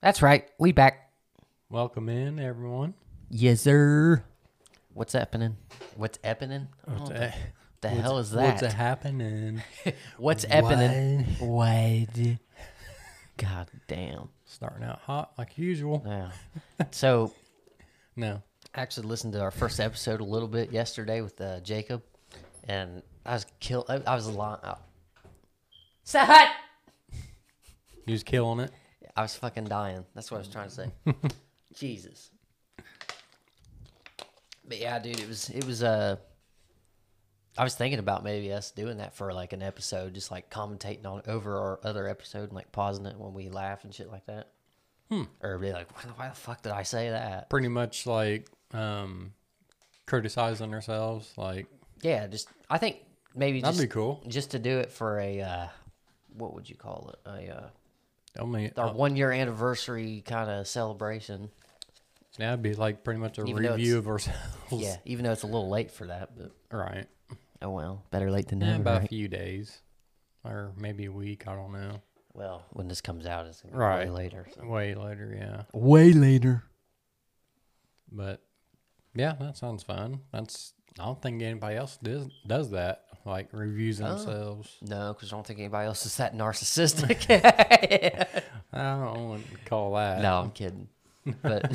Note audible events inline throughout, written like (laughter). That's right. We back. Welcome in, everyone. Yes, sir. What's happening? What's happening? What Eh, Oh, the hell is What's that? (laughs) happening? What's happening? What? God damn. Starting out hot like usual. Yeah. So, No, I actually listened to our first episode a little bit yesterday with uh, Jacob, and I was kill. I, I was lying. Oh. Sahat. he was killing it. I was fucking dying. That's what I was trying (laughs) to say. Jesus. But yeah, dude, it was it was uh I was thinking about maybe us doing that for like an episode, just like commentating on over our other episode and like pausing it when we laugh and shit like that. Hmm. Or be like, why, the- why the fuck did I say that? Pretty much like um, criticizing ourselves. Like Yeah, just I think maybe that'd just be cool. just to do it for a uh what would you call it? A uh Tell me, our one year anniversary kind of celebration. that'd be like pretty much a Even though review it's- of ourselves. Yeah, even though it's a little late for that, but (laughs) Right. Oh well, better late than Yeah, never. about a right? few days, or maybe a week. I don't know. Well, when this comes out, it's gonna be Right. way later. so. Way later, yeah. Way later. But yeah, that sounds fun. That's I don't think anybody else does does that. Like reviews Uh. themselves. No, because I don't think anybody else is that narcissistic. (laughs) I don't want to call that. no, I'm kidding. (laughs) But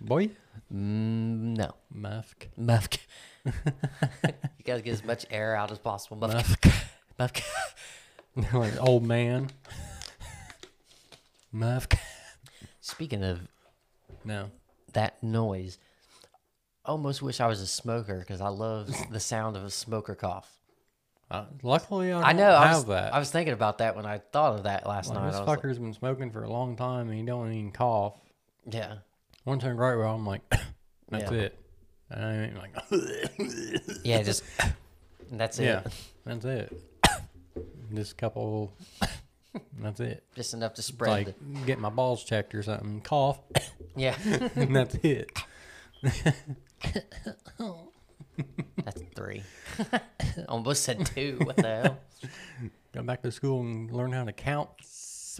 Boy, mm, no, Mufk. Mufk. (laughs) you gotta get as much air out as possible, Mufk. Mufk. (laughs) like old man. (laughs) Mufk. Speaking of No. that noise, I almost wish I was a smoker because I love the sound of a smoker cough. Uh, luckily, I, don't I know. I have was, that. I was thinking about that when I thought of that last Like, night. this I was like, fucker's been smoking for a long time and he don't even cough. yeah. One time, right where I'm like, (laughs) that's Yeah. it. And I ain't like, (laughs) Yeah, just that's it. (laughs) yeah, that's it. (coughs) Just a couple. (coughs) That's it. Just enough to spread. Like the- get my balls checked or something. Cough, (coughs) yeah, and that's it. that's three. (laughs) Almost said two. What the hell? Go back to school and learn how to count,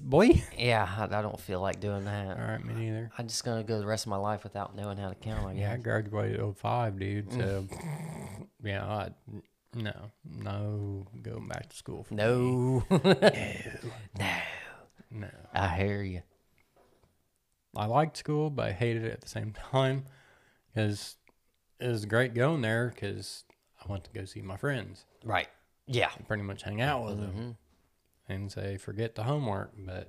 boy. Yeah, I, I don't feel like doing that. All right, me neither. I'm just gonna go the rest of my life without knowing how to count. I Yeah, I guess. graduated in 05, dude. So, Mm. (coughs) yeah, I, no, no going back to school. For me. No, (laughs) No. I hear you. I liked school, but I hated it at the same (laughs) time because it was great going there because I went to go see my friends Right. Yeah. and pretty much hang out with Mm-hmm. them and say, forget the homework. But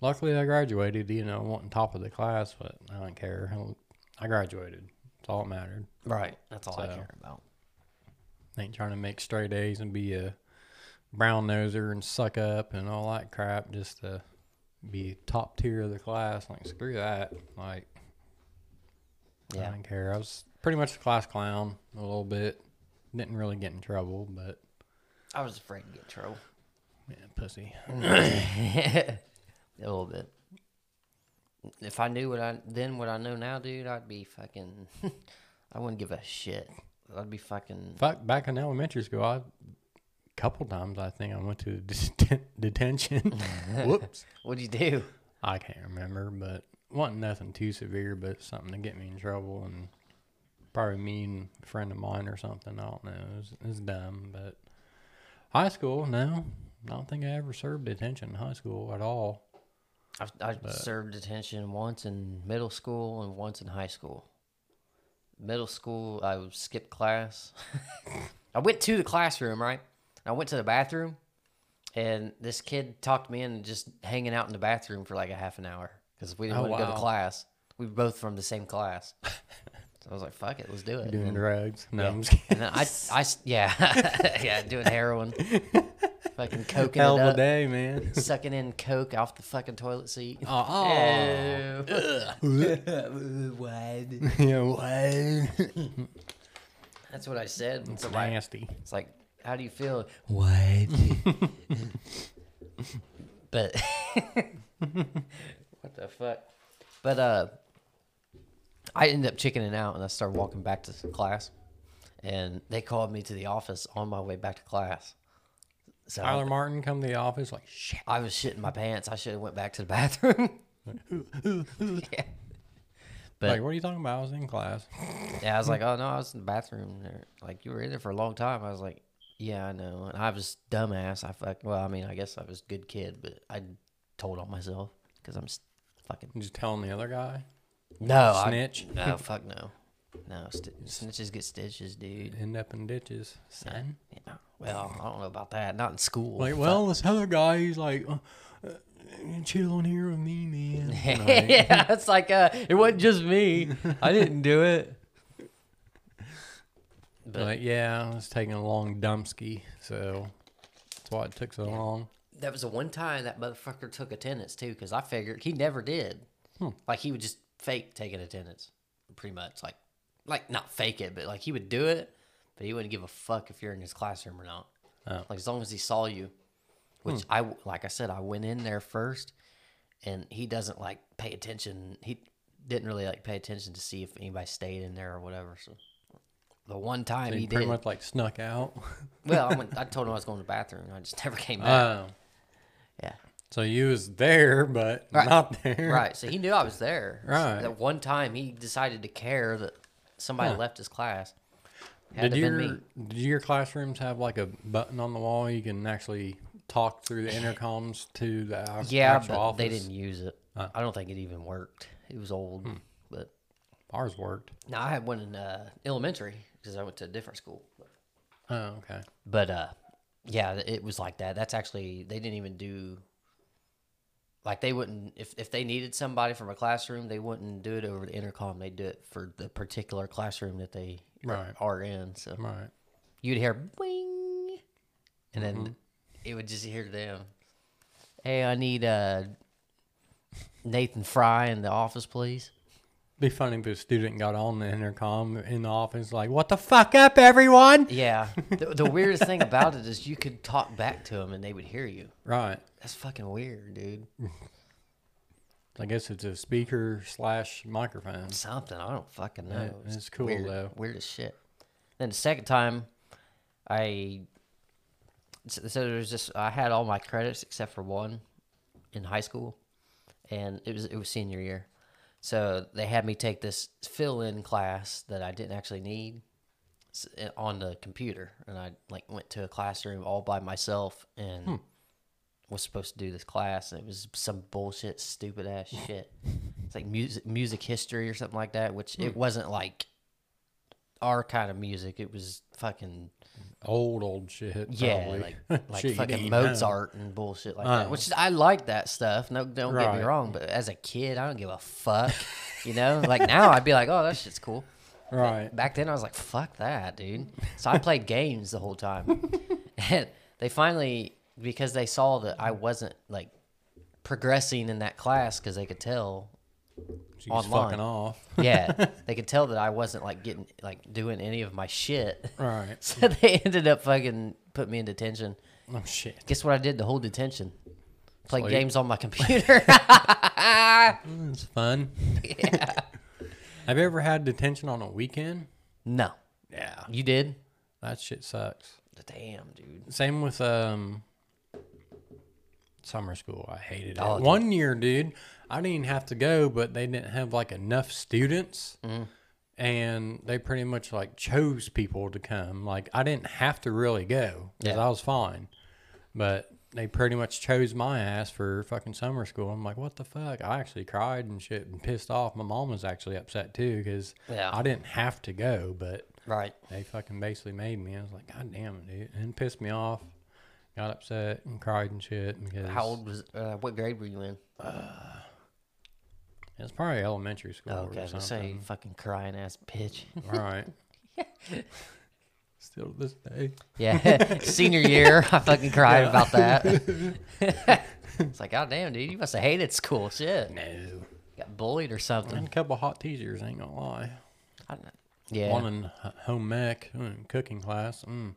luckily, I graduated, you know, wanting top of the class, but I don't care. I- I graduated. That's all that mattered. Right. That's all I So- care about. ain't trying to make straight A's and be a brown noser and suck up and all that crap just to be top tier of the class. Like screw that. Like I Yeah. didn't care. I was pretty much a class clown a little bit. Didn't really get in trouble, but I was afraid to get in trouble yeah, pussy. (laughs) a little bit. If I knew what I then what I know now, dude, I'd be fucking. (laughs) I wouldn't give a shit. I'd be fucking. Fuck back in elementary school I couple times I think I went to (laughs) det- detention. Mm-hmm. Whoops. What'd you do? I can't remember, but wasn't nothing too severe, but something to get me in trouble and probably me and a friend of mine or something. I don't know. It's it's dumb, but high school, no, I don't think I ever served detention in high school at all. I've, I served detention once in middle school and once in high school. Middle school, I would skip class. (laughs) I went to the classroom, right? I went to the bathroom, and this kid talked me into just hanging out in the bathroom for like a half an hour because we didn't Oh, want to go wow. to class. We were both from the same (laughs) class. so I was like, fuck it, let's do it. Doing And- drugs? No, I'm just Mm-hmm. yeah. kidding. And then I, I, s- yeah, (laughs) yeah, doing (laughs) heroin, fucking coking Hell it of a up, day, (laughs) man. sucking in coke off the fucking toilet (laughs) seat. Oh, (laughs) (laughs) Eh. That's yeah, what? what I said. It's, It's like- nasty. it's like, how do you feel? What? (laughs) But (laughs) what the fuck? But uh, I ended up chickening out, and I started walking back to class, and they called me to the office on my way back to class. So Tyler Martin come to the office like shit. I was shitting my pants. I should have went back to the bathroom. (laughs) yeah. But like, what are you talking about? I was in class. (laughs) yeah, I was like, oh no, I was in the bathroom. They're Like you were in there for a long time. I was like, yeah, I know. And I was dumbass. I fuck. Well, I mean, I guess I was a good kid, but I told on myself because I'm s- fucking Just telling the other guy. no Oh, I- Snitch. (laughs) no, fuck no. No, st- snitches get stitches, dude. End up in ditches, son. Yeah. Well, I don't know about that. Not in school. (laughs) Like, well, this other guy, he's like, uh, uh, chill on here with me, man. (laughs) Like, yeah, it's like uh, it wasn't just (laughs) me. I didn't do it. But like, yeah, I was taking a long dumpski, so that's why it took so long. that was the one time that motherfucker took attendance too, because I figured he never did. Hmm. Like he would just fake taking attendance, pretty much. Like, like not fake it, but like he would do it, but he wouldn't give a fuck if you're in his classroom or not. Oh. Hmm. Like as long as he saw you, which I w I like I said I went in there first, and he doesn't like pay attention. He didn't really like pay attention to see if anybody stayed in there or whatever. So the one time He, he, pretty did, much like snuck out. (laughs) well, I, went, I told him I was going to the bathroom, and I just (laughs) never came back. Oh, yeah. so you was there, but not there. Right. So he knew I was (laughs) there. So Right. That one time he decided to care that somebody left his class. Had to Did been your did your classrooms have like a button on the wall you can actually talk through the intercoms to the ac- Yeah, actual but office? Hmm. they didn't use it. I don't think it even worked. It was old. But Ours worked. now I had one in uh, elementary because I went to a different school. Oh, okay. But uh, yeah, th- it was like that. That's actually they didn't even do. Like they wouldn't if, if they needed somebody from a classroom, they wouldn't do it over the intercom. They'd do it for the particular classroom that they Right. are in. So Right. you'd hear bing, and then it would just hear them. Hey, I need uh, Nathan Fry in the office, please. Be funny if a student got on the intercom in the office like, "What the fuck up, everyone?" Yeah. (laughs) the, the weirdest thing about it is you could talk back to them and they would hear you. Right. That's fucking weird, dude. I guess it's a speaker slash microphone. Something I don't fucking know. Yeah, it's cool, weird, though. Weird as shit. Then the second time, I so, so there was just I had all my credits except for one in high school, and it was it was senior year, so they had me take this fill in class that I didn't actually need s- eh, on the computer, and I like went to a classroom all by myself and. Hmm. Was supposed to do this class, and it was some bullshit, stupid (laughs) ass shit. It's like music, music history or something like that. Which Hmm. it wasn't like our kind of music. It was fucking Old old shit. yeah, probably. like, (laughs) like Shit you fucking didn't know. Mozart and bullshit like that. Oh. Which I like that stuff. No, don't get me Right. wrong. But as a kid, I don't give a (laughs) fuck. you know, like now I'd be like, oh, that shit's cool. Right. Back then, I was like, fuck that, dude. So I played games the whole time. (laughs) and they finally, because they saw that I wasn't like progressing in that class, because they could tell She's fucking online. off. (laughs) yeah, they could tell that I wasn't like getting like doing any of my shit. (laughs) Right. So they ended up fucking put me in detention. Oh (laughs) shit. Guess what I did the whole detention? Play Sleep. games on my computer. (laughs) It's fun. (laughs) Have you ever had detention on a weekend? no, Yeah. you did. That shit sucks. Damn, dude. Same with um summer school. I hated it. Oh, dude. One year, dude, I didn't even have to go, but they didn't have like enough students. Mm-hmm. And they pretty much like chose people to come. Like I didn't have to really go because Yeah. I was fine, but they pretty much chose my ass for fucking summer school. I'm like, what the fuck? I actually cried and shit and pissed off. My mom was actually upset too because Yeah. I didn't have to go, but Right. they fucking basically made me. I was like, God damn it, dude. And it pissed me off. Got upset and cried and shit. Because How old was? Uh, what grade were you in? It was probably elementary school Oh, okay, I or was gonna say (laughs) something. you fucking crying ass bitch. (laughs) right. Still to this day. Yeah, (laughs) senior year, I fucking cried about that. (laughs) it's like, goddamn, dude, you must have hated school. Shit, No. got bullied or something. And a couple hot teachers, ain't gonna lie. I don't know. Yeah, One in h- home ec, one in cooking class. Mm.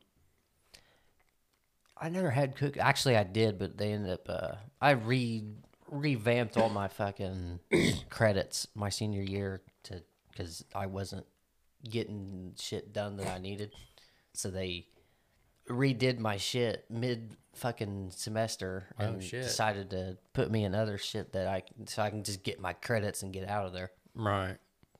I never had cook. Actually, I did, but they ended up. Uh, I re revamped all my fucking (coughs) credits my senior year to because I wasn't getting shit done that I needed. So they redid my shit mid fucking semester Oh, and shit. decided to put me in other shit that I so I can just get my credits and get out of there. Right.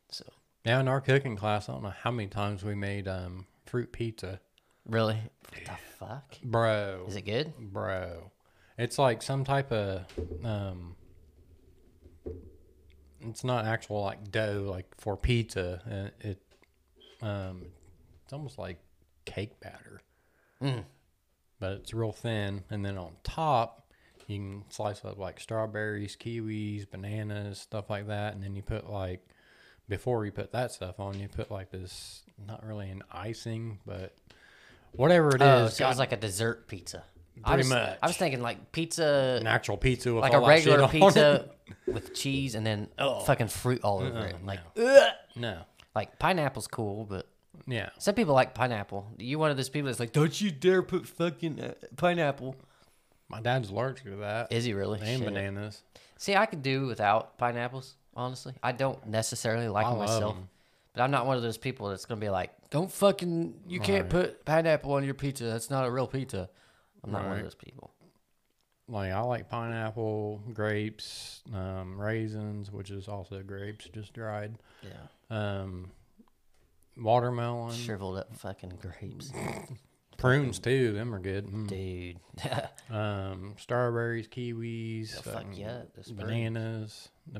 So Now in our cooking class, I don't know how many times we made um fruit pizza. really, what the fuck Bro. is it good? Bro. It's like some type of um it's not actual like dough like for pizza. Uh, It um it's almost like cake batter. Mm. But it's real thin and then on top you can slice up like strawberries, kiwis, bananas, stuff like that and then you put like before you put that stuff on, you put like this not really an icing, but whatever it is. Oh, so it God was like a dessert pizza. I was, Pretty much. I was thinking like pizza, an actual pizza with like all a that regular shit on it. pizza with cheese and (laughs) then fucking fruit all over it. Like, ugh. (laughs) No. like pineapple's cool, but Yeah. some people like pineapple. You one of those people that's like, don't you dare put fucking uh, pineapple. My dad's allergic to that. Is he really? and Shit. bananas. See, I could do without pineapples. Honestly, I don't necessarily like I them love myself, 'em. but I'm not one of those people that's gonna be like, "Don't fucking, you can't put pineapple on your pizza. That's not a real pizza." I'm not one Right. of those people. Like I like pineapple, grapes, um, raisins, which is also grapes just dried. Yeah, Um, watermelon, shriveled up fucking grapes, prunes too. Them are good. Mm. dude. (laughs) Um, strawberries, kiwis, They'll fuck fucking you up, those prunes. bananas, the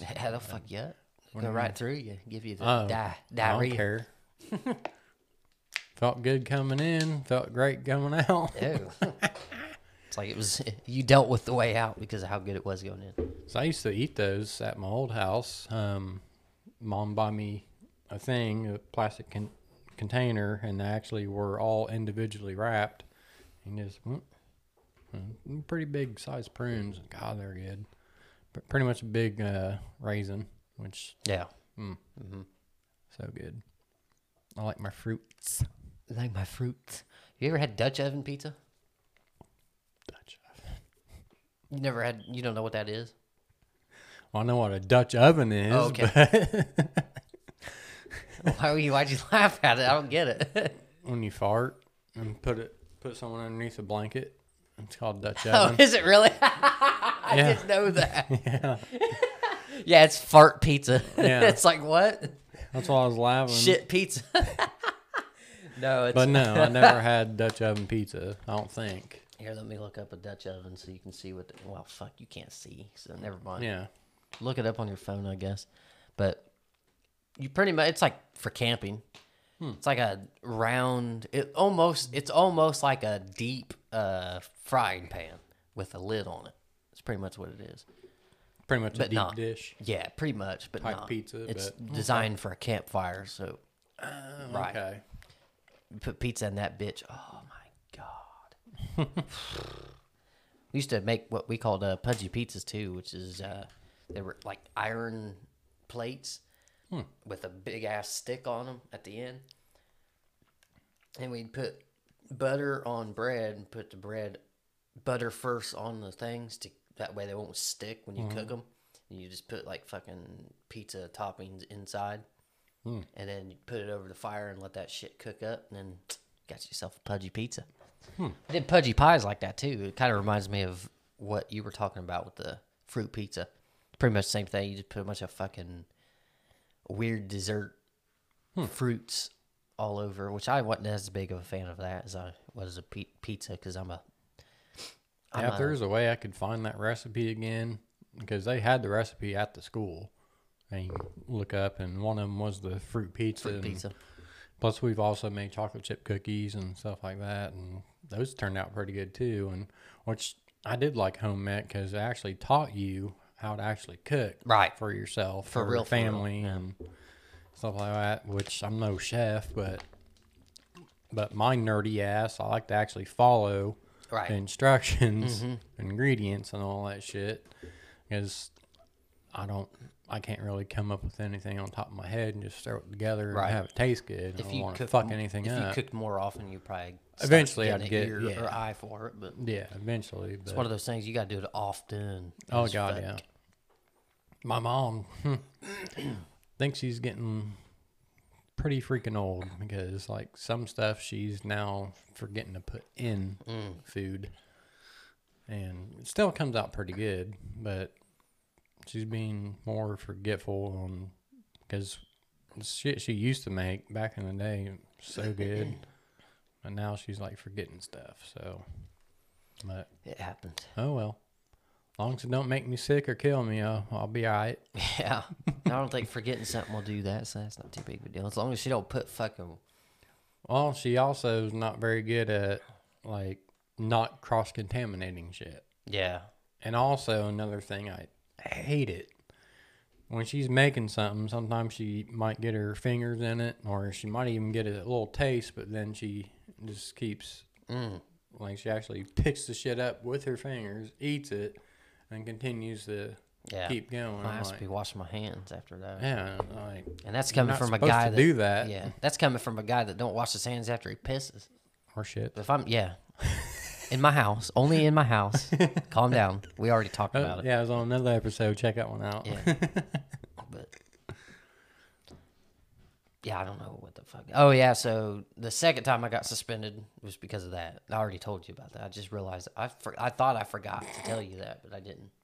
(laughs) yeah, they'll fuck you up. They'll Go right through you. Give you the Oh, di- I don't diarrhea. care. felt good coming in. Felt great coming out. (laughs) (laughs) Ew. it's like it was. (laughs) You dealt with the way out because of how good it was going in. So I used to eat those at my old house. Um, Mom bought me a thing, a plastic con- container, and they actually were all individually wrapped. And just mm, mm, pretty big sized prunes. God, they're good. But pretty much a big uh, raisin, which Yeah, so good. I like my fruits. like my fruits. You ever had Dutch oven pizza? Dutch oven. You never had. You don't know what that is. Well, I know what a Dutch oven is. Oh, okay. but (laughs) Why were you? Why'd you laugh at it? I don't get it. (laughs) when you fart and put it, put someone underneath a blanket, it's called Dutch (laughs) oh, oven. is it really? I Uh, (laughs) Yeah. didn't know that. (laughs) Yeah. it's fart pizza. Yeah. (laughs) it's like what? That's why I was laughing. Shit pizza. (laughs) no, it's. But no, (laughs) I never had Dutch oven pizza. I don't think. Here, let me look up a Dutch oven so you can see what. The, well, fuck, you can't see, so never mind. Yeah. Look it up on your phone, I guess. But you pretty much it's like for camping. Hmm. It's like a round. It almost it's almost like a deep uh, frying pan with a lid on it. That's pretty much what it is. Pretty much a But deep not. dish. Yeah, pretty much, but Like not. pizza, It's but- Oh, designed for a campfire, so Right. Okay. you put pizza in that bitch. Oh my god. (laughs) we used to make what we called uh, pudgy pizzas too, which is uh, they were like iron plates with a big ass stick on them at the end, and we'd put butter on bread and put the bread butter first on the things to that way they won't stick when you cook 'em. cook them. And you just put like fucking pizza toppings inside Hmm. and then you put it over the fire and let that shit cook up, and then got yourself a pudgy pizza. Hmm. I did pudgy pies like that too. It kind of reminds me of what you were talking about with the fruit pizza. Pretty much the same thing. You just put a bunch of fucking weird dessert Hmm. fruits all over, which I wasn't as big of a fan of that as I was a pe- pizza because I'm a Yeah, if there's a way I could find that recipe again, because they had the recipe at the school, and you can look up, and one of them was the fruit pizza. fruit and pizza. Plus, we've also made chocolate chip cookies and stuff like that, and those turned out pretty good too. And which I did like home ec because it actually taught you how to actually cook Right. for yourself, For for, real, your for real, family, and stuff like that. Which I'm no chef, but but my nerdy ass, I like to actually follow Right. Mm-hmm. the instructions, (laughs) ingredients, and all that shit because I don't. I can't really come up with anything on top of my head and just throw it together Right. and have it taste good. I If don't you want to cooked fuck m- anything if up. you cooked more often, you probably start Eventually getting I'd a get- ear yeah. or eye for it, but yeah, eventually. It's but- one of those things you got to do it often. oh as god, fuck. yeah. (clears throat) My mom thinks she's getting pretty freaking old because like some stuff she's now forgetting to put in Mm. food, and it still comes out pretty good, but she's being more forgetful on because shit she used to make back in the day was so good, but now she's like forgetting stuff. So, but It happened. oh well. Long as it don't make me sick or kill me, I'll, I'll be all right. (laughs) Yeah. I don't think forgetting something will do that, so that's not too big of a deal. As long as she don't put fucking Well, she also is not very good at like not cross contaminating shit. Yeah. And also another thing I hate it. When she's making something, sometimes she might get her fingers in it or she might even get a little taste, but then she just keeps Mm. like she actually picks the shit up with her fingers, eats it, and continues to Yeah. keep going. I I'm have to like, be washing my hands after that. yeah, like And that's coming not from a supposed guy to that do that. Yeah, that's coming from a guy that don't wash his hands after he pisses. or shit. If I'm (laughs) yeah, in my house, only in my house. Calm down. We already talked Oh, about it. yeah, it was on another episode. Check that one out. Yeah. but yeah, I don't know what the fuck. Oh yeah, so the second time I got suspended was because of that. I already told you about that. I just realized I for, I thought I forgot to tell you that, but I didn't. (laughs)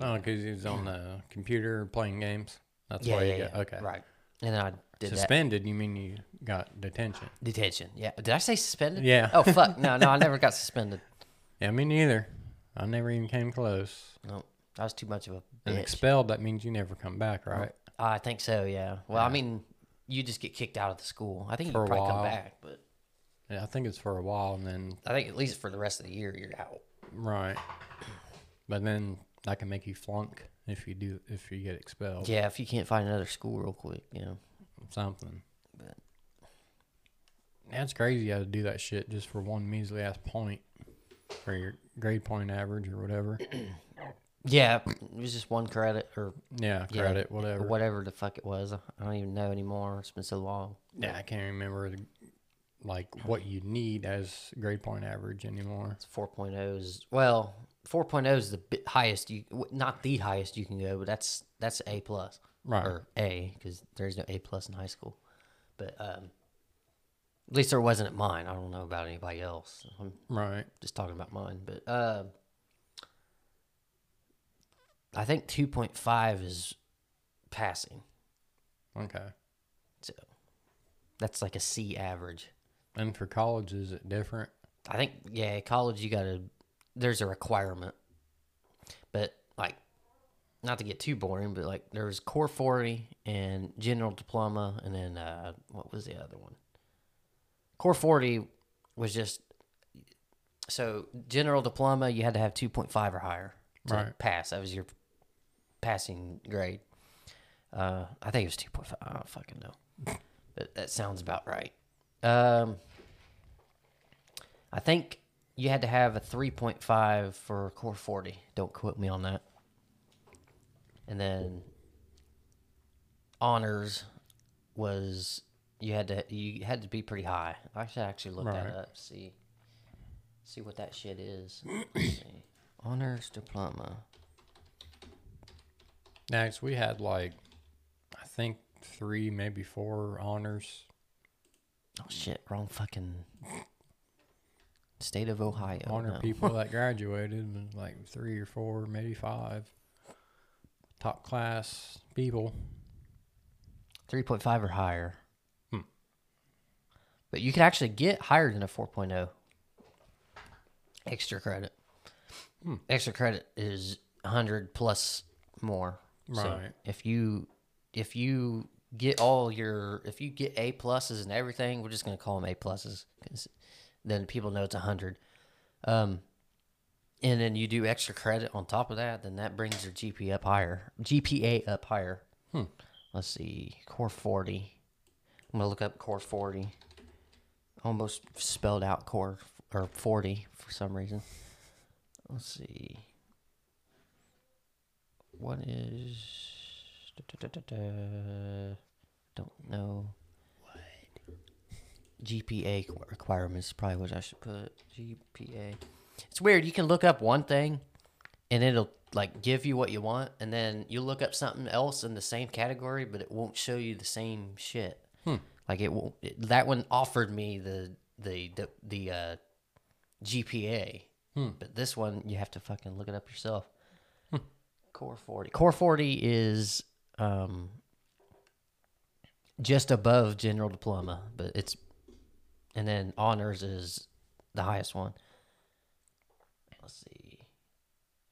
Oh, because he was on the computer playing games. That's Yeah, why yeah, you got yeah. okay. Right. And then I did that. Suspended, you mean you got detention? Detention. Yeah. Did I say suspended? Yeah. Oh (laughs) fuck. No, no, I never got suspended. Yeah, me neither. I never even came close. No. I was too much of a And bitch. expelled, that means you never come back, right? I think so, yeah. Well, I mean, you just get kicked out of the school. I think you For a probably come while. back, but Yeah, I think it's for a while, and then I think at least for the rest of the year you're out. right. But then that can make you flunk if you do if you get expelled. Yeah, if you can't find another school real quick, you know. Something. But- That's crazy how to do that shit just for one measly ass point for your grade point average or (clears throat) whatever. Yeah, it was just one credit or Yeah, Yeah, credit, whatever. whatever the fuck it was. I don't even know anymore. It's been so long. Yeah, I can't remember like what you need as grade point average anymore. It's 4.0 is well, 4.0 is the bi- highest you w- not the highest you can go, but that's that's A plus Right. or A because there's no A plus in high school. But um, at least there wasn't at mine. I don't know about anybody else. I'm Right. just talking about mine, but uh, I think 2.5 is passing. Okay. So that's like a C average. And for college, is it different? I think yeah, college you gotta there's a requirement. But like not to get too boring, but like there was core forty and general diploma and then uh what was the other one? Core forty was just so general diploma you had to have two point five or higher to Right. pass. That was your passing grade. Uh I think it was two point five I don't fucking know. (laughs) but that sounds about right. Um I think you had to have a 3.5 for core 40. Don't quote me on that. And then honors was you had to you had to be pretty high. I should actually look Right. that up. See see what that shit is. Let's see. Honors diploma. Next, we had like, I think three, maybe four honors. Oh shit, wrong fucking state of Ohio. Honor no. people (laughs) that graduated, was, like three or four, maybe five. Top class people. 3.5 or higher. Hmm. But you could actually get higher than a 4.0 extra credit. Extra credit is 100 plus more. So Right. if you if you get all your if you get A pluses and everything, we're just going to call them A pluses 'cause then people know it's 100. Um and then you do extra credit on top of that, then that brings your GPA up higher. GPA up higher let's see, core 40. I'm gonna look up core 40. Almost spelled out core f- or 40 for some reason. Let's see. What is? da-da-da-da-da, Don't know. What? GPA qu- requirements is probably what I should put. GPA. It's weird. You can look up one thing, and it'll like give you what you want, and then you look up something else in the same category, but it won't show you the same shit. Like it won't. It, that one offered me the the the, the uh, GPA, but this one you have to fucking look it up yourself. Core forty. Core forty is um, just above general diploma, but it's and then honors is the highest one. Let's see.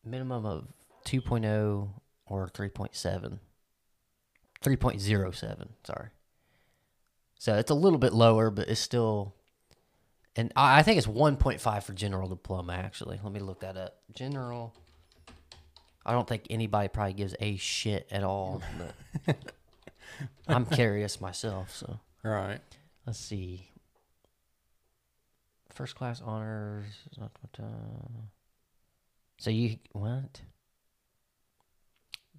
Minimum of 2.0 or 3.7. 3.07, sorry. So it's a little bit lower, but it's still. And I I think it's 1.5 for general diploma, actually. Let me look that up. General. I don't think anybody probably gives a shit at all, but I'm curious myself, so. Right. Let's see. First class honors. not what, uh, So you what?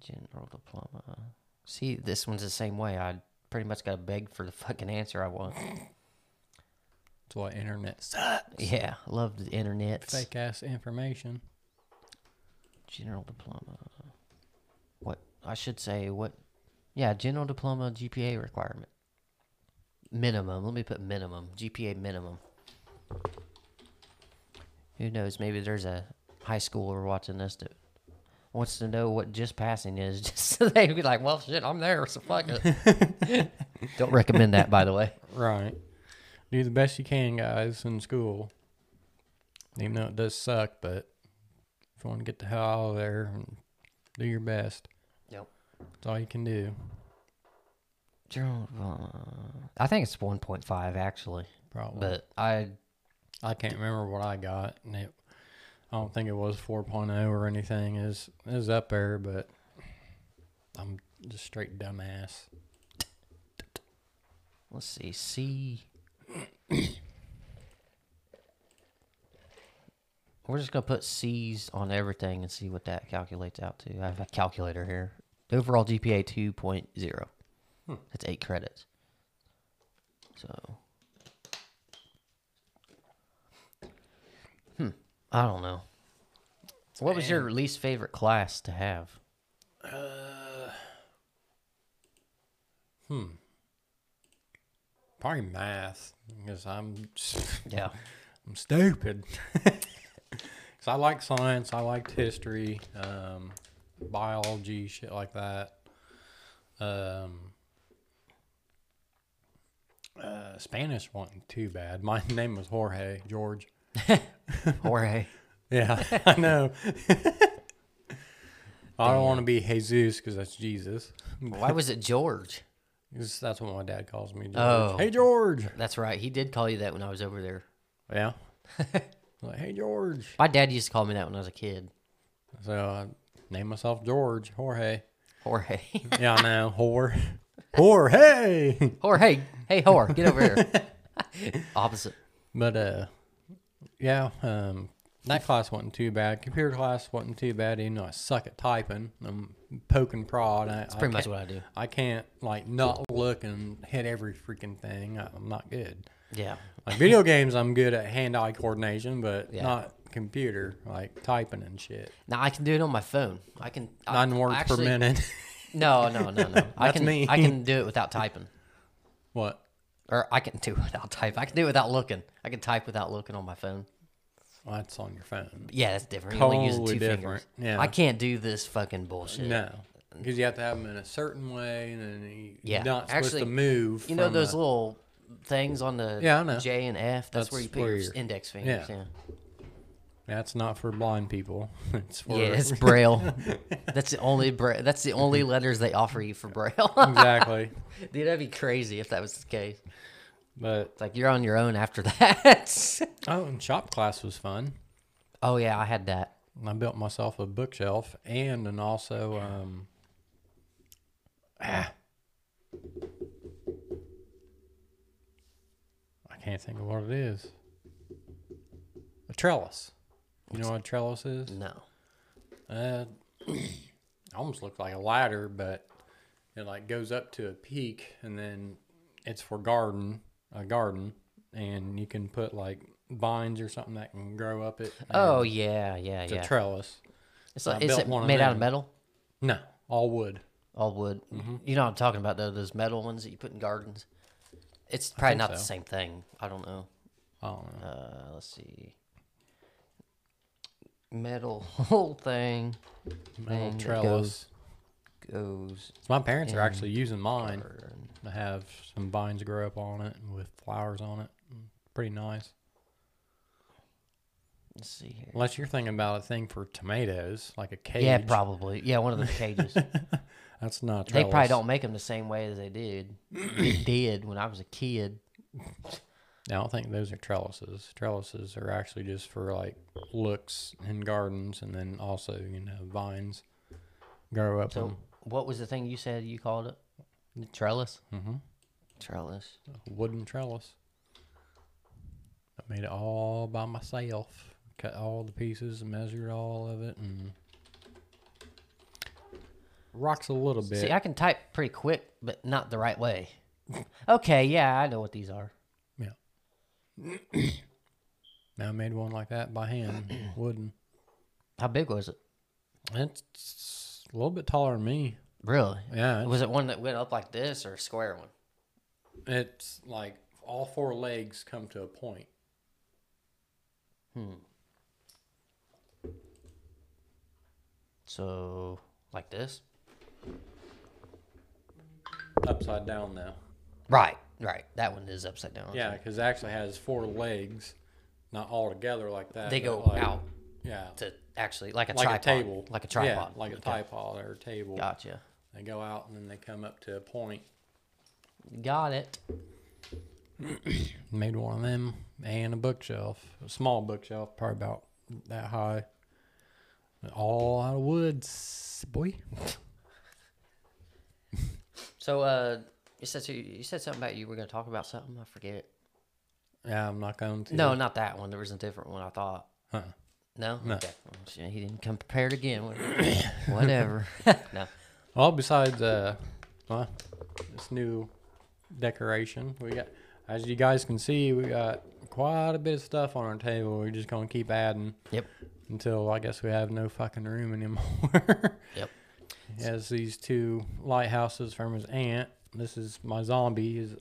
General diploma. See, this one's the same way. I pretty much got to beg for the fucking answer I want. That's why internet sucks. yeah, love the internet. Fake ass information. General diploma. What I should say? What? Yeah, general diploma GPA requirement. Minimum. Let me put minimum GPA minimum. Who knows? Maybe there's a high schooler watching this that wants to know what just passing is, (laughs) just so they be like, "Well, shit, I'm there, so fuck it." Don't recommend that, by the way. Right. Do the best you can, guys, in school. Even though it does suck, but if you want to get the hell out of there, and do your best. Yep. That's all you can do. General diploma. I think it's 1.5 actually, Probably. but I I can't remember what I got, and it, I don't think it was 4.0 or anything. Is is up there, but I'm just straight dumbass. Let's see. C. We're just gonna put C's on everything and see what that calculates out to. I have a calculator here. Overall GPA 2.0. That's eight credits. So. Hmm. Hmm, I don't know. What was your least favorite class to have? Probably math, because I'm (laughs) Yeah. I'm stupid. (laughs) Cause I like science, I liked history, um, biology, shit like that. Um, uh, Spanish wasn't too bad. My (laughs) name was Jorge George. Jorge. Yeah, (laughs) I know. I don't want to be Jesus because that's Jesus. (laughs) Why was it George? 'Cause That's what my dad calls me. George. Oh. Hey, George. That's right. He did call you that when I was over there. Yeah. (laughs) like, hey, George. My dad used to call me that when I was a kid. So I named myself George Jorge. Jorge. Yeah, I know. Whore. (laughs) Jorge. (laughs) Jorge. Hey, whore, get over here. (laughs) Opposite. But uh, yeah, um, that class wasn't too bad. Computer class wasn't too bad, even though I suck at typing. I'm poking prod. That's Pretty much what I do. I can't like not look and hit every freaking thing. I- I'm not good. Yeah. Like (laughs) video games, I'm good at hand-eye coordination, but Yeah. not computer like typing and shit. Now I can do it on my phone. I can I- Nine words per actually- minute. (laughs) No, no, no, no. I That's can me. I can do it without typing. what? Or I can do it without type. I can do it without looking. I can type without looking on my phone. Well, that's on your phone. Yeah, that's different. You're only using Totally two different. fingers. Yeah. I can't do this fucking bullshit. No, because you have to have them in a certain way, and then you- Yeah. you're not supposed Actually, to move. You know from those a- little things on the Yeah, I know. J and F? That's, That's where you put where your you're- index fingers. yeah. yeah. that's not for blind people. (laughs) It's for Yeah, (laughs) it's braille. that's the only bra- that's the only letters they offer you for Mm. braille. (laughs) exactly. Dude, that'd be crazy if that was the case. But It's like you're on your own after that. (laughs) oh, and shop class was fun. oh yeah, I had that. And I built myself a bookshelf and and also um ah. I can't think of what it is. A trellis. You know what a trellis is? No. Uh (clears throat) almost looks like a ladder, but it like goes up to a peak and then it's for garden a garden and you can put like vines or something that can grow up it. Oh Uh, yeah, yeah, It's yeah. a trellis. It's I like is built it one of made out of them. Mm-hmm. metal? No, all wood. All wood. You know what I'm talking about though, those metal ones that you put in gardens. It's probably think not the so. same thing. I don't know. I don't know. Uh, let's see. Metal (laughs) whole thing Metal thing that trellis. goes So my parents are in actually using mine garden. to have some vines grow up on it with flowers on it. Pretty nice. Let's see here. Unless you're thinking about a thing for tomatoes, like a cage. Yeah, probably. Yeah, one of the (laughs) cages. That's not they trellis. probably don't make them the same way as they did. they (clears throat) did when I was a kid. I don't think those are trellises. Trellises are actually just for like looks in gardens, and then also you know vines grow up. So, what was the thing you said you called it? The trellis. hmm Trellis. wooden trellis. I made it all by myself. Cut all the pieces, measured all of it, and rocks a little bit. See, I can type pretty quick, but not the right way. (laughs) okay, yeah, I know what these are. now I made one like that by hand, (coughs) wooden. How big was it? It's a little bit taller than me. Really? Yeah, Was it one that went up like this or a square one? It's like all four legs come to a point. So, like this? Upside down now. Right, right. That one is upside down. Yeah, because it actually has four legs, not all together like that. They but go like- out Yeah. to actually, like a Like tripod. a table. Like a Yeah, tripod. like a Okay. tripod or a table. Gotcha. They go out and then they come up to a point. Got it. Made one of them and a bookshelf, a small bookshelf, probably about that high. All out of woods, boy. So, uh, you said so you you said something about you were going to talk about something. I forget it. Yeah, I'm not going to. No, not that one. There was a different one. I thought. Huh. No. No. Okay. Well, shit, he didn't come prepared again. (coughs) Whatever. (laughs) Whatever. no. Well, besides uh, well, this new decoration, we got, as you guys can see, we got quite a bit of stuff on our table. We're just gonna keep adding Yep. until I guess we have no fucking room anymore. (laughs) Yep. He has these two lighthouses from his aunt. This is my zombie. His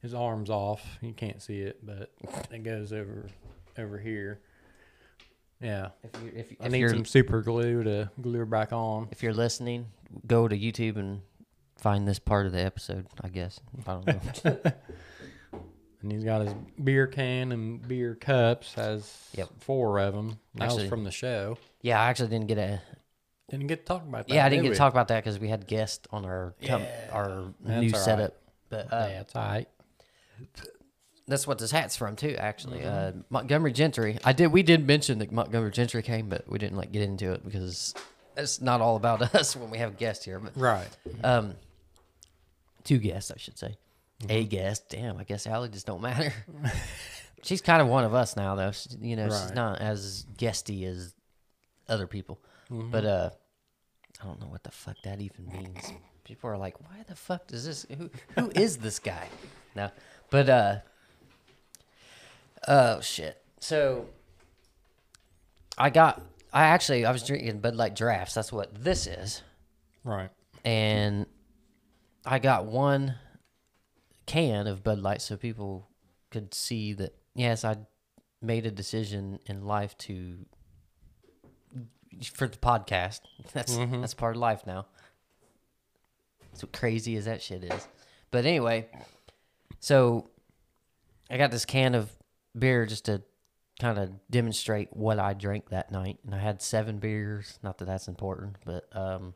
his arms off. You can't see it, but it goes over over here. Yeah. If you if, I if need you're some super glue to glue her back on. if you're listening, go to YouTube and find this part of the episode. I guess. I don't know. (laughs) And he's got his beer can and beer cups. Has Yep. four of them. That Actually- was from the show. yeah, I actually didn't get a. Didn't get to talk about that. Yeah, I didn't did get to we? talk about that because we had guests on our com- our That's new all right. setup. But uh, Yeah, it's all right. that's what this hat's from too. Actually, uh, Montgomery Gentry. I did. We did mention that Montgomery Gentry came, but we didn't like get into it because it's not all about (laughs) us when we have guests here. But Right. um, two guests, I should say. A guest. Damn, I guess Allie just don't matter. (laughs) she's kind of one of us now, though. She, you know, she's Right. not as guesty as other people. But uh, I don't know what the fuck that even means. People are like, why the fuck does this? Who who is this guy? No, but uh, oh shit. So I got. I actually I was drinking Bud Light drafts. That's what this is Right. and I got one can of Bud Light so people could see that yes, I made a decision in life to for the podcast. (laughs) That's that's part of life now. That's what crazy as that shit is. But anyway, so I got this can of beer just to kind of demonstrate what I drank that night, and I had seven beers. Not that that's important, but um,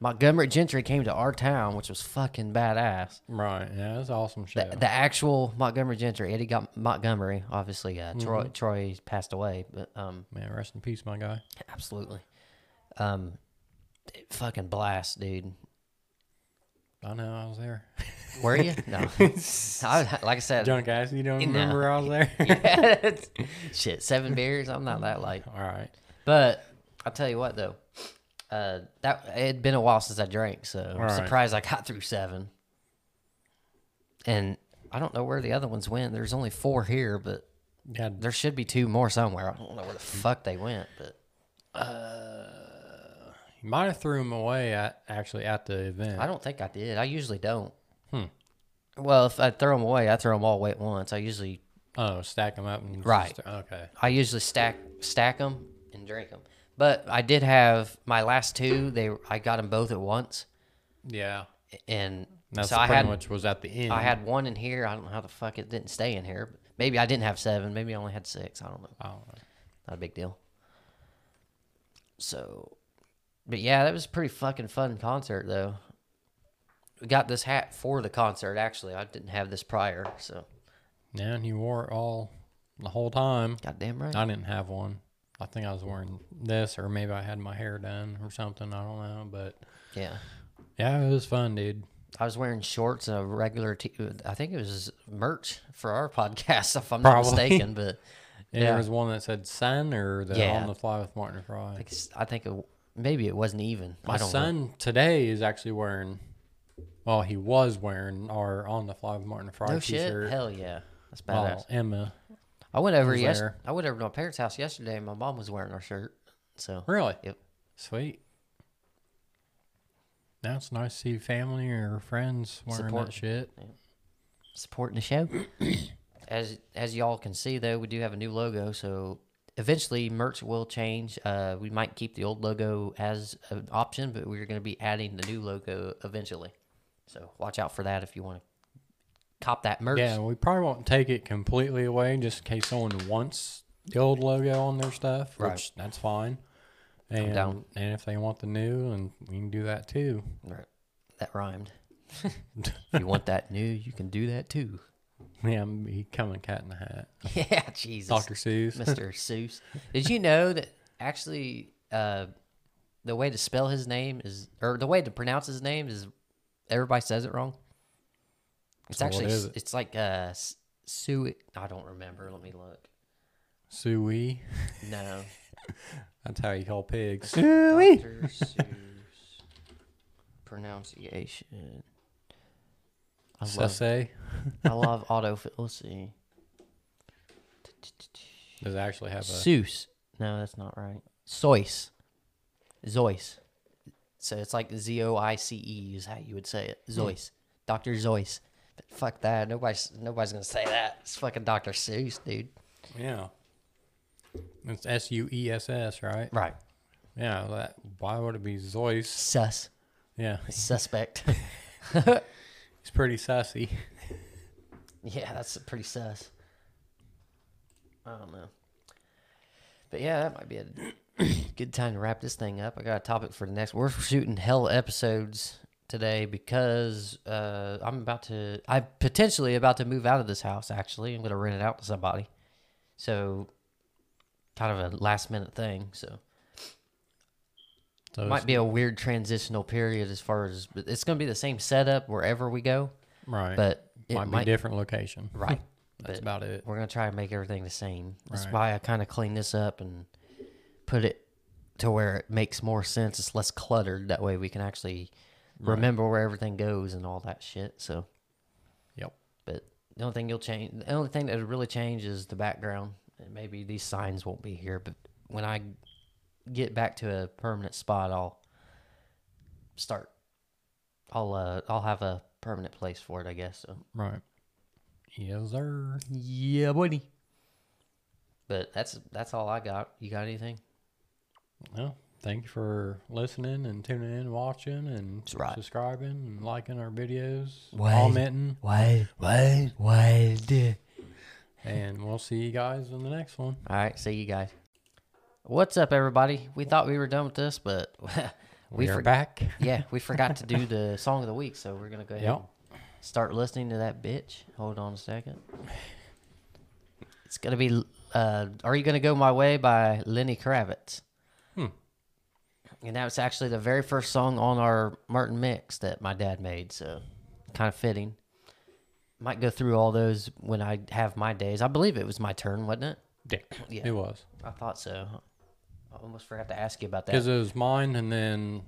Montgomery Gentry came to our town, which was fucking badass. Right. Yeah, that's an awesome show. The, the actual Montgomery Gentry, Eddie got Montgomery, obviously. Uh, Troy Mm-hmm. Troy passed away, but um, Man, rest in peace, my guy. absolutely, um, it fucking blast, dude. I know I (laughs) was there. Were you? (laughs) No, I, like I said, John Cass, you don't No. remember I was there? (laughs) shit, seven beers. I'm not that light. All right. But I'll tell you what though, uh, that it had been a while since I drank, so I'm right. surprised I got through seven. And I don't know where the other ones went. There's only four here, but Yeah, there should be two more somewhere. I don't know where the fuck they went, but You might have threw them away at, actually at the event. I don't think I did. I usually don't. Hmm. Well, if I throw them away, I throw them all away at once. I usually oh, stack them up and just- Right. okay. I usually stack stack them and drink them. But I did have my last two. They I got them both at once, Yeah. and That's so I pretty had much was at the end. I had one in here. I don't know how the fuck it didn't stay in here. But maybe I didn't have seven. Maybe I only had six. I don't know. I don't know. Not a big deal. So, but yeah, that was a pretty fucking fun concert though. We got this hat for the concert. Actually, I didn't have this prior, so Yeah, and you wore it all the whole time. goddamn right. I didn't have one. I think I was wearing this, or maybe I had my hair done or something. I don't know, but yeah. yeah, it was fun, dude. I was wearing shorts and a regular t. I think it was merch for our (laughs) podcast, if I'm Probably. not mistaken. But And Yeah. There was one that said "Sun" or the Yeah. "On the Fly with Martin Fry." it's- I think it, maybe it wasn't even. My I don't know. son today is actually wearing, well, he was wearing our "On the Fly with Martin Fry" No shit. t-shirt. Hell yeah, that's badass. Well, Emma, I went over was yes. there. I went over to my parents' house yesterday, and my mom was wearing our shirt. So really? Yep. Sweet. That's nice to see family or friends wearing Support. that shit. supporting the (clears throat) show. as as y'all can see, though, we do have a new logo. So eventually, merch will change. Uh, we might keep the old logo as an option, but we're going to be adding the new logo eventually. So watch out for that if you want to cop that merch. Yeah, we probably won't take it completely away just in case someone wants the old logo on their stuff, Right. which that's fine. And, down. and if they want the new, and we can do that too. (laughs) Right. That rhymed. (laughs) if you want that new, you can do that too. Yeah, I'm becoming cat in the hat. (laughs) Yeah, Jesus. Dr. Seuss. (laughs) Mr. Seuss. Did you know that actually uh, the way to spell his name is, or the way to pronounce his name is, everybody says it wrong. It's So what actually, s- is it? it's like uh, S- Sue. I don't remember. Let me look. Suey. No, That's how you call pigs. Dr. Seuss pronunciation. I love, Sese I love autofill. Let's see. does actually have a. Seuss. No, that's not right. Sois. Zois. So it's like Z O I C E is how you would say it. Zois. Dr. Zois. But fuck that. Nobody's nobody's gonna say that. It's fucking Dr. Seuss, dude. Yeah. It's S U E S S, right? Right. Yeah. That, why would it be Zeus? Sus. Yeah. (laughs) Suspect. (laughs) He's pretty sassy. yeah, that's pretty sus. I don't know. But yeah, that might be a (coughs) good time to wrap this thing up. I got a topic for the next. We're shooting hell episodes today because uh, I'm about to. I potentially about to move out of this house. Actually, I'm going to rent it out to somebody. So, kind of a last minute thing. So So might be a weird transitional period as far as but it's going to be the same setup wherever we go, it's- right. but it might, might, be different location. right. (laughs) That's but- about it. we're gonna try and make everything the same. That's Right. why I kind of clean this up and put it to where it makes more sense. It's less cluttered. That way we can actually remember where everything goes and all that shit. So, Yep. but the only thing you'll change, the only thing that would really change is the background. And maybe these signs won't be here, but when I get back to a permanent spot, I'll start. I'll uh, I'll have a permanent place for it, I guess. So. Right. Yes, sir. Yeah, buddy. But that's that's all I got. You got anything? Well, thank you for listening and tuning in, watching, and right. subscribing, and liking our videos, Why? commenting, Why? Why? Why? and we'll see you guys in the next one. All right. See you guys. What's up, everybody? We thought we were done with this, but (laughs) we, are for- back. (laughs) yeah, we forgot to do the song of the week, so we're gonna go ahead Yep. and start listening to that bitch. Hold on a second. It's gonna be. Uh, Are you gonna go my way by Lenny Kravitz? Hmm. And that was actually the very first song on our Martin mix that my dad made, so kind of fitting. Might go through all those when I have my days. I believe it was my turn, wasn't Yeah. Yeah. It was. it? I thought so. I almost forgot to ask you about that. Because it was mine, and then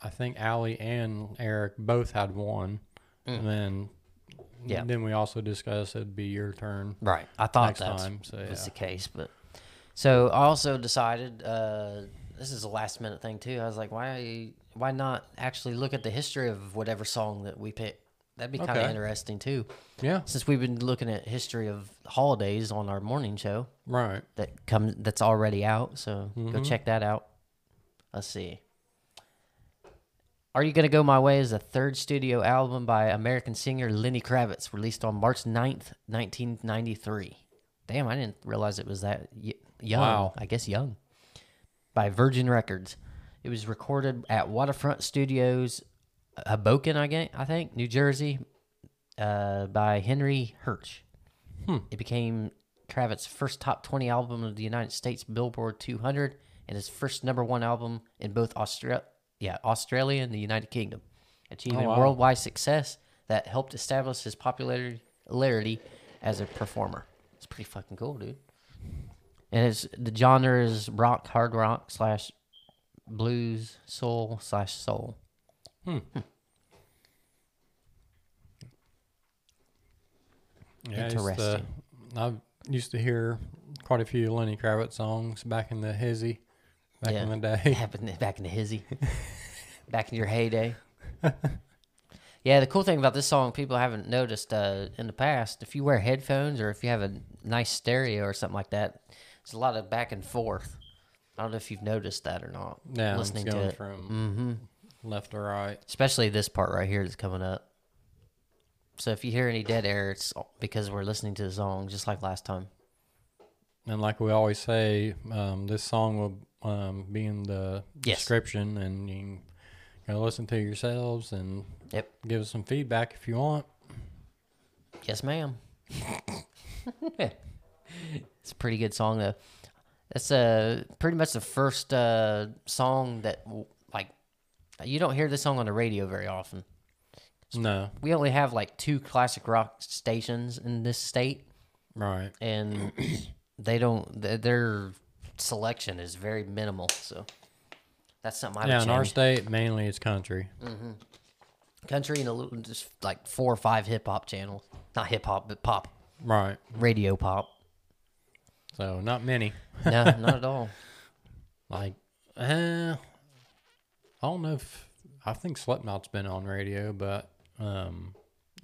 I think Allie and Eric both had one. And then Mm. Yeah. then we also discussed it'd be your turn Right. I thought next that's time. So, yeah. was the case. But so I also decided uh, this is a last minute thing too. I was like, why why not actually look at the history of whatever song that we pick? That'd be kind of Okay. interesting too. Yeah. Since we've been looking at history of holidays on our morning show Right. that comes that's already out, so go check that out. Let's see. Are You Gonna Go My Way is the third studio album by American singer Lenny Kravitz, released on March 9th, 1993. Damn, I didn't realize it was that y- young. Wow. I guess young. By Virgin Records. It was recorded at Waterfront Studios, Hoboken, I, guess, I think, New Jersey, uh, by Henry Hirsch. Hmm. It became Kravitz's first top 20 album of the United States Billboard 200 and his first number one album in both Austra- yeah, Australia and the United Kingdom, achieving Oh, wow. worldwide success that helped establish his popularity as a performer. It's pretty fucking cool, dude. And it's the genre is rock, hard rock slash blues, soul slash soul. Yeah, I used to- Interesting. I used to hear quite a few Lenny Kravitz songs back in the hizzy, back in Yeah. the day. happened back in the hizzy, back in your heyday. yeah, the cool thing about this song, people haven't noticed uh, in the past, if you wear headphones or if you have a nice stereo or something like that, there's a lot of back and forth. I don't know if you've noticed that or not. (laughs) Yeah, listening it's to going it, Mm-hmm. from left to right. especially this part right here that's coming up. So if you hear any dead air, it's because we're listening to the song, just like last time. And like we always say, um, this song will um, be in the Yes. description, and you can go listen to it yourselves and Yep. give us some feedback if you want. Yes, ma'am. it's a pretty good song though. That's uh, pretty much the first uh, song that w- like you don't hear this song on the radio very often. No, We only have like two classic rock stations in this state, right? (clears throat) and they don't. th- Their selection is very minimal, so that's something I would yeah, in our change. state, mainly it's country. Mm. country and a little just like four or five hip hop channels, not hip hop but pop Right. radio pop. So not many. No, not (laughs) at all. Like, uh, I don't know if I think Slipknot's been on radio, but um,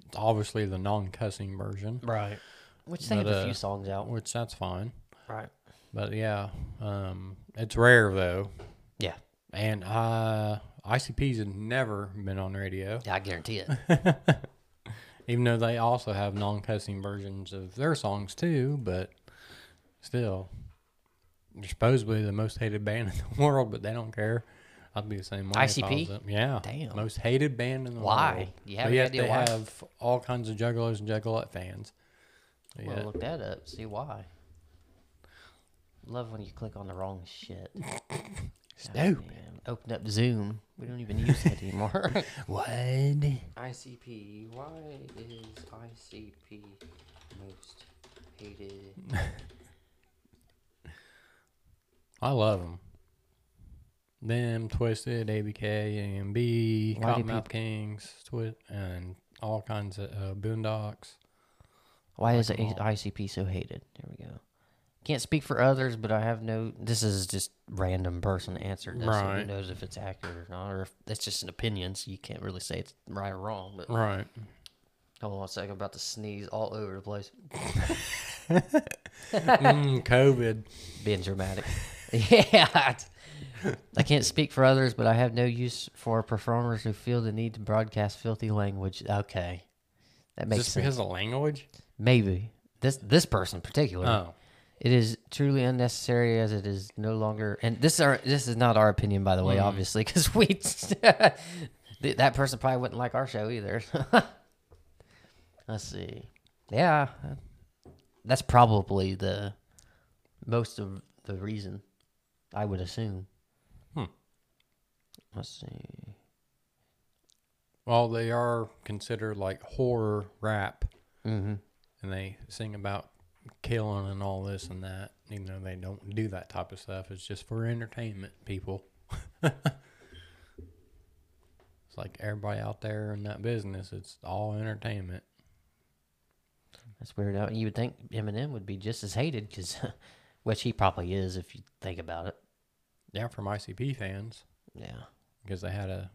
it's obviously the non-cussing version, Right. Which they have But, a few uh, songs out. which that's fine. Right. But yeah, um, it's rare though. Yeah. And uh, ICP's have never been on radio, Yeah, I guarantee (laughs) it. even though they also have non-cussing versions of their songs too. But still, they're supposedly the most hated band (laughs) in the world, but they don't care. I'd be the same way. if I ICP? was them. yeah, Damn. most hated band in the Why? world. Do you have But any yet idea they why? have all kinds of juggalos and juggalette fans. But We'll yet- look that up, see why. Love when you click on the wrong shit. Oh, Stupid. Man, open up Zoom. We don't even use that anymore. (laughs) What? ICP. Why is ICP most hated? I love them. Them, Twisted, ABK, AMB, Why do Cottonmouth Kings, Twi- and all kinds of uh, Boondocks. Why is I- ICP so hated? There we go. Can't speak for others, but I have no. This is just random person answered. This, So who Right. knows if it's accurate or not, or if that's just an opinion, so you can't really say it's right or wrong. But Right. Hold on a second. I'm about to sneeze all over the place. mm, COVID. Being (laughs) dramatic. (laughs) yeah. I can't speak for others, but I have no use for performers who feel the need to broadcast filthy language. Okay. That makes Just sense. because of language? Maybe. This this person in particular. Oh. It is truly unnecessary as it is no longer and this are this is not our opinion by the way, obviously, (laughs) 'cause obviously, cuz we th- that person probably wouldn't like our show either. (laughs) Let's see. Yeah. That's probably the most of the reason, I would assume. Hmm. Let's see. Well, they are considered like horror rap, Mm-hmm. and they sing about killing and all this and that, even though they don't do that type of stuff. It's just for entertainment, people. (laughs) it's like everybody out there in that business, it's all entertainment. That's weird. Uh, You would think (laughs) Eminem would be just as hated, 'cause which he probably is if you think about it. Yeah, from ICP fans Yeah. because they had a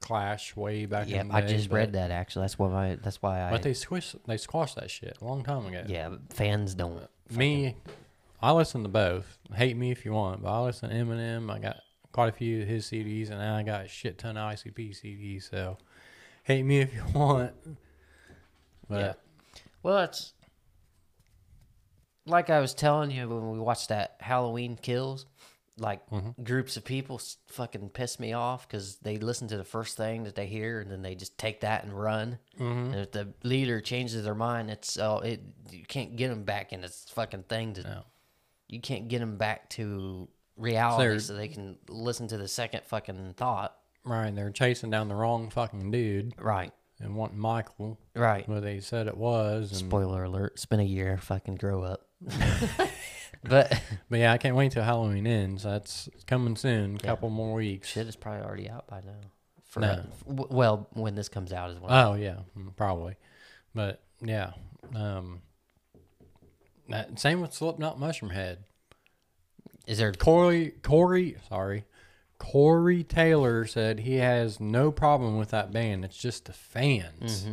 clash way back. Yeah, in the I day, just but- read that actually. That's why I. That's why I. But they squish, they squashed that shit a long time ago. yeah, but fans don't. Me, I listen to both. Hate me if you want, but I listen to Eminem. I got quite a few of his CDs, and I got a shit ton of ICP CDs. So hate me if you want. But Yeah. Well, it's like I was telling you when we watched that Halloween Kills. Like groups of people s- fucking piss me off because they listen to the first thing that they hear and then they just take that and run. And if the leader changes their mind, it's uh, it you can't get them back in this fucking thing. To, No. You can't get them back to reality They're- so they can listen to the second fucking thought. Ryan, they're chasing down the wrong fucking dude Right. and wanting Michael, Right. what they said it was. And, Spoiler alert. It's been a year. Fucking grow up. (laughs) but but yeah, I can't wait till Halloween ends. That's coming soon. Couple more weeks. shit is probably already out by now. For, No. w- well, when this comes out is when. Oh yeah, mm, probably. But yeah, um, that, same with Slipknot Mushroom Head. is there? Corey Corey, sorry, Corey Taylor said he has no problem with that band. It's just the fans.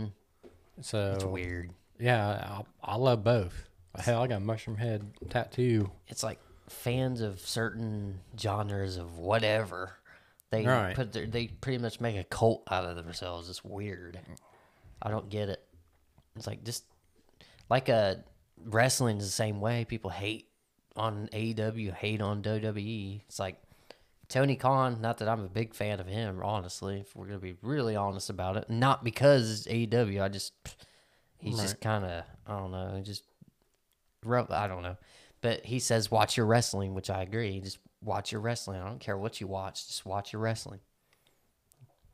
So It's Mm-hmm. weird. yeah, I, I love both. Hell, I got a Mushroom Head tattoo. It's like fans of certain genres of whatever. They Right. put their, they pretty much make a cult out of themselves. It's weird. I don't get it. It's like just like a wrestling is the same way. People hate on AEW, hate on WWE. It's like Tony Khan. Not that I'm a big fan of him, honestly. If we're gonna be really honest about it, not because AEW. I just he's just kind of I don't know. He Just rub. I don't know. But he says watch your wrestling, which I agree. Just watch your wrestling. I don't care what you watch. Just watch your wrestling.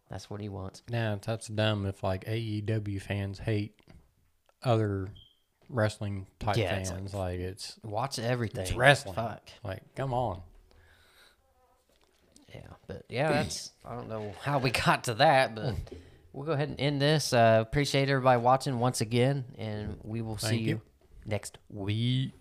That's what he wants. Nah, that's dumb. If like AEW fans hate other wrestling type Yeah, it's fans, like it's Watch everything. it's wrestling. Fuck. Like, come on. Yeah, but (clears throat) yeah, that's I don't know how we got to that, but Hmm. we'll go ahead and end this. Uh, appreciate everybody watching once again, and we will see Thank you, you. next week. We